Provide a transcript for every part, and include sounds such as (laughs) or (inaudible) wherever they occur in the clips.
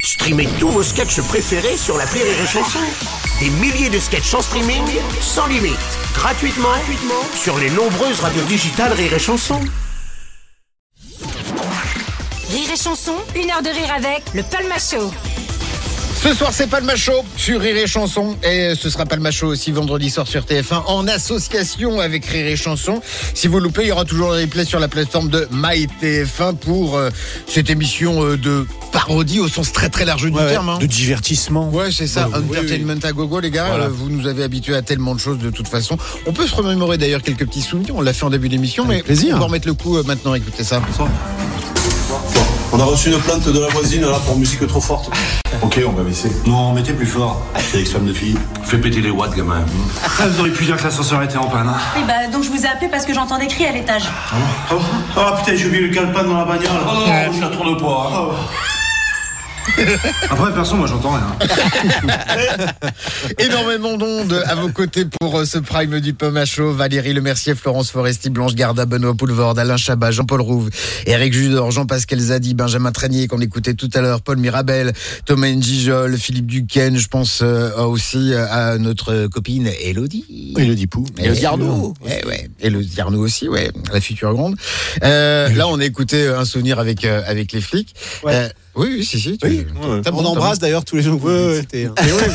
Streamez tous vos sketchs préférés sur la Rire et Chanson. Des milliers de sketchs en streaming, sans limite, gratuitement, gratuitement sur les nombreuses radios digitales Rire et Chanson. Rire et chanson, une heure de rire avec le Palma Show. Ce soir, c'est Palma Show sur Rire et Chanson. Et ce sera Palma Show aussi vendredi soir sur TF1 en association avec Rire et Chanson. Si vous loupez, il y aura toujours les replay sur la plateforme de MyTF1 pour euh, cette émission euh, de parodie au sens très très large du Ouais, ouais, terme. hein. De divertissement. Ouais, c'est ça, Ouais, oui, entertainment à gogo, les gars. Voilà. Euh, Vous nous avez habitués à tellement de choses de toute façon. On peut se remémorer d'ailleurs quelques petits souvenirs. On l'a fait en début d'émission, mais plaisir. on va remettre le coup euh, maintenant. Écoutez ça. On a reçu une plainte de la voisine là pour musique trop forte. Ok, on va baisser. Non, mettez plus fort. C'est l'extrême de Philippe. Fais péter les watts, gamin. Ah, vous auriez pu dire que l'ascenseur était en panne. hein. Oui, bah donc je vous ai appelé parce que j'entends des cris à l'étage. Ah putain, j'ai oublié le calepin dans la bagnole. Oh non, je la tourne pas. hein. Après, perso, moi j'entends rien. Énormément d'ondes à vos côtés pour euh, ce prime du Pomacho. Valérie Lemercier, Florence Foresti, Blanche Garda, Benoît Poulvord, Alain Chabat, Jean-Paul Rouve, Eric Judor, Jean-Pascal Zadi, Benjamin Tranier qu'on écoutait tout à l'heure, Paul Mirabel, Thomas Njijol, Philippe Duquesne, je pense euh, aussi euh, à notre euh, copine Elodie. Elodie Pou. Et le Diarno. Eh ouais. Et le Diarno aussi, ouais. La future grande. Euh, là, on a écouté euh, un souvenir avec, euh, avec les flics. Euh, oui, oui, si, si. tu- Oui. t'as- Ouais. t'as On bon, embrasse d'ailleurs tous les gens que vous visitez, hein. t'as bon. Et ouais.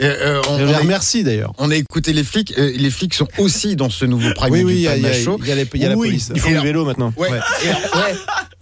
Et, euh, on- Et On on les a- remercie d'ailleurs. on a écouté les flics. euh, les flics sont aussi dans ce nouveau prime Oui, du oui, il y a, il y Palma a- Show. il y a les- il y a la Oui, police. ils font du vélo maintenant. Ouais. et alors, ouais,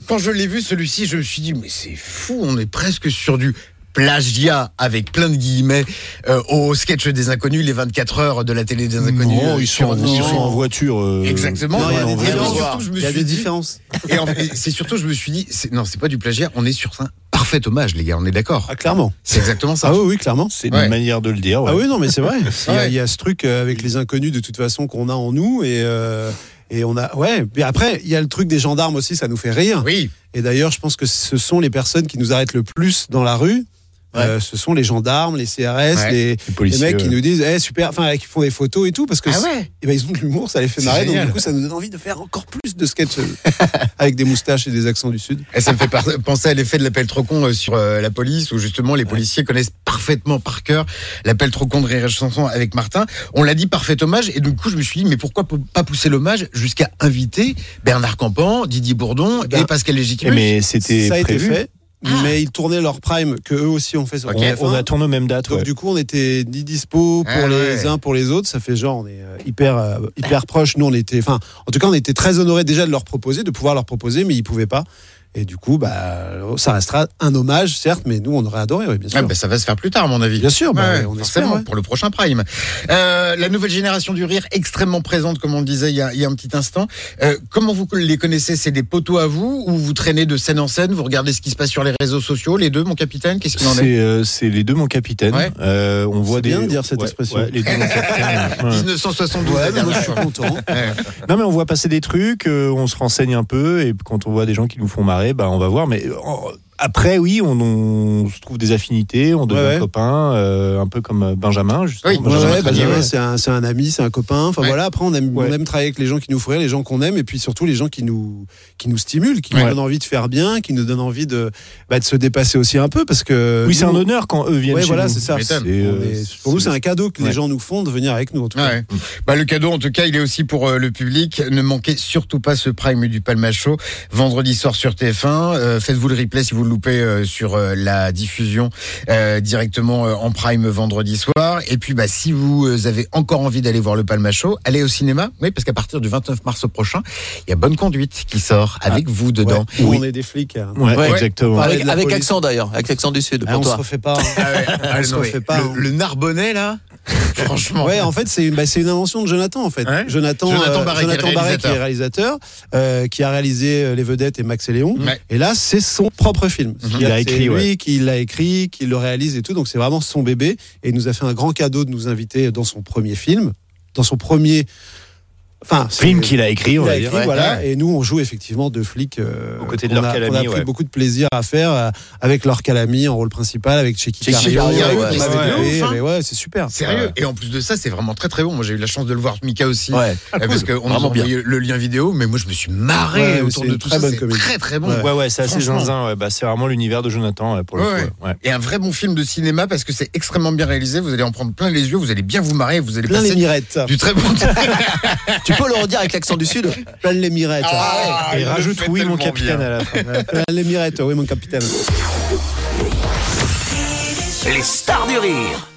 Quand je l'ai vu celui-ci, je me suis dit mais c'est fou, on est presque sur du plagiat avec plein de guillemets euh, au sketch des inconnus, les 24 heures de la télé des inconnus. Non, euh, ils sont, sur- ils sont en voiture. euh, Exactement. non, il y a Et des puis différences. surtout, je me Il y a suis des dit- différences. Ah Et en fait, c'est surtout, je me suis dit, c'est- non, c'est pas du plagiat, on est sur un parfait hommage, les gars, on est d'accord. Ah, clairement. C'est exactement ça. Ah oui, oui, clairement. C'est Ouais. une manière de le dire. ouais. Ah oui, non, mais (laughs) c'est vrai. Il y, a- Ouais. il y a ce truc euh, avec les inconnus de toute façon qu'on a en nous et. euh, et on a, ouais. Mais après, il y a le truc des gendarmes aussi, ça nous fait rire. Oui, Et d'ailleurs, je pense que ce sont les personnes qui nous arrêtent le plus dans la rue. Ouais. Euh, ce sont les gendarmes, les CRS, Ouais. les, Les policiers, les mecs qui ouais. nous disent Eh, super, enfin qui font des photos et tout parce que Ah c'est- ouais. eh ben, ils ont de l'humour, ça les fait C'est marrer, donc génial. du coup ça nous donne envie de faire encore plus de sketchs (laughs) euh, avec des moustaches et des accents du sud. et ça me fait par- penser à l'effet de l'appel trop con euh, sur euh, la police, où justement les policiers connaissent parfaitement par cœur l'appel trop con de Rire et Chanson avec Martin. On l'a dit, parfait hommage, et du coup je me suis dit, mais pourquoi pou- pas pousser l'hommage jusqu'à inviter Bernard Campan, Didier Bourdon Ben, et Pascal Légitimus eh Mais c'était ça a été prévu. fait, Ah. mais ils tournaient leur prime que eux aussi ont fait sur Ok. TF1. On a tourné aux mêmes dates. donc ouais. du coup on était ni dispo pour Ah ouais. les uns pour les autres, ça fait genre on est euh, hyper euh, hyper proches. Nous on était, enfin en tout cas on était très honorés déjà de leur proposer, de pouvoir leur proposer, mais ils pouvaient pas. Et du coup bah ça restera un hommage certes, mais nous on aurait adoré, oui, bien sûr. Ah ben, ça va se faire plus tard, à mon avis. Bien sûr, bah, on espère, forcément, ouais. pour le prochain Prime. Euh, la nouvelle génération du rire, extrêmement présente, comme on le disait il y a, il y a un petit instant. Euh, comment vous les connaissez C'est des poteaux à vous ou vous traînez de scène en scène Vous regardez ce qui se passe sur les réseaux sociaux Les deux, mon capitaine Qu'est-ce qu'il en est C'est euh, c'est les deux mon capitaine. Ouais. Euh, on voit des. bien de dire cette Ouais, expression. ouais, les deux (laughs) mon capitaine. Ouais. 1972, la mais moi, bah, dernière je suis fois. content. Ouais. Non mais on voit passer des trucs, euh, on se renseigne un peu et quand on voit des gens qui nous font marrer, bah on va voir. Mais euh, en- après oui, on, on se trouve des affinités, on devient Ouais, ouais. copains, euh, un peu comme euh, Benjamin justement. Oui. Ouais, Benjamin ouais, Tranier, Benjamin, ouais. c'est un, c'est un ami, c'est un copain. Enfin Ouais. voilà, après, on aime, Ouais. on aime travailler avec les gens qui nous font rire, les gens qu'on aime, et puis surtout les gens qui nous, qui nous stimulent, qui nous Ouais. donnent envie de faire bien, qui nous donnent envie de, bah, de se dépasser aussi un peu. Parce que. Oui, c'est euh, nous, un honneur quand eux viennent Ouais, chez voilà, nous. c'est ça. C'est, M'étonne. on euh, est- pour nous, c'est un cadeau que Ouais. les gens nous font de venir avec nous, en tout cas. Ouais. Bah, le cadeau, en tout cas, il est aussi pour euh, le public. Ne manquez surtout pas ce prime du Palma Show vendredi soir sur TF1. Euh, Faites-vous le replay si vous le loupez euh, sur euh, la diffusion euh, directement euh, en prime vendredi soir. Et puis, bah, si vous euh, avez encore envie d'aller voir le Palma Show, allez au cinéma. Oui, parce qu'à partir du 29 mars prochain, il y a Bonne Conduite qui sort avec vous dedans. Où Oui. on est des flics. hein. Ouais, Ouais. exactement. Parler de Avec, la avec police. accent d'ailleurs, avec l'accent du sud Ah, pour on se toi. refait pas. hein. (laughs) Ah ouais, ah, (laughs) On se non, mais refait pas, le, hein. le Narbonnais, là, franchement. Ouais, en fait, c'est une, bah, c'est une invention de Jonathan, en fait. Ouais. Jonathan, Jonathan euh, Barret, qui est Jonathan Barret, qui est réalisateur, euh, qui a réalisé euh, Les Vedettes et Max et Léon. Ouais. Mhm. Et là, c'est son propre film. Il l'a écrit, C'est lui ouais. qui l'a écrit, qui le réalise et tout. Donc, c'est vraiment son bébé. Et il nous a fait un grand cadeau de nous inviter dans son premier film, dans son premier Enfin, c'est- Film qu'il a écrit, on Il a va écrit, dire. ouais. voilà. Ouais. Et nous, on joue effectivement deux flics. euh, Aux côtés de qu'on leur a- qu'on a Calami, pris ouais. beaucoup de plaisir à faire euh, avec leur calami en rôle principal, avec euh, Checky Checky Cario. Cario, avec ouais, Miss ouais, Télé, ouais, ouf, hein. mais ouais, c'est super. Sérieux. Et en plus de ça, c'est vraiment très très bon. Moi, j'ai eu la chance de le voir, Mika aussi. Ouais. Euh, Parce qu'on a Vraiment bien. envoyé le lien vidéo, mais moi, je me suis marré Ouais, autour c'est de une tout très ça. bonne C'est comédie. très très bon. Ouais. Ouais, ouais, c'est assez Franchement. zinzin. ouais. Bah, c'est vraiment l'univers de Jonathan, ouais, pour le Ouais, coup. ouais. Ouais. Et un vrai bon film de cinéma parce que c'est extrêmement bien réalisé. Vous allez en prendre plein les yeux, vous allez bien vous marrer, vous allez Plein les passer mirettes. du (laughs) très bon temps. Tu peux le redire avec l'accent du Sud Plein les mirettes. Ah, il Et le rajoute fait oui, mon tellement capitaine bien. à la fin. Plein les mirettes, oui, mon capitaine. Les stars du rire.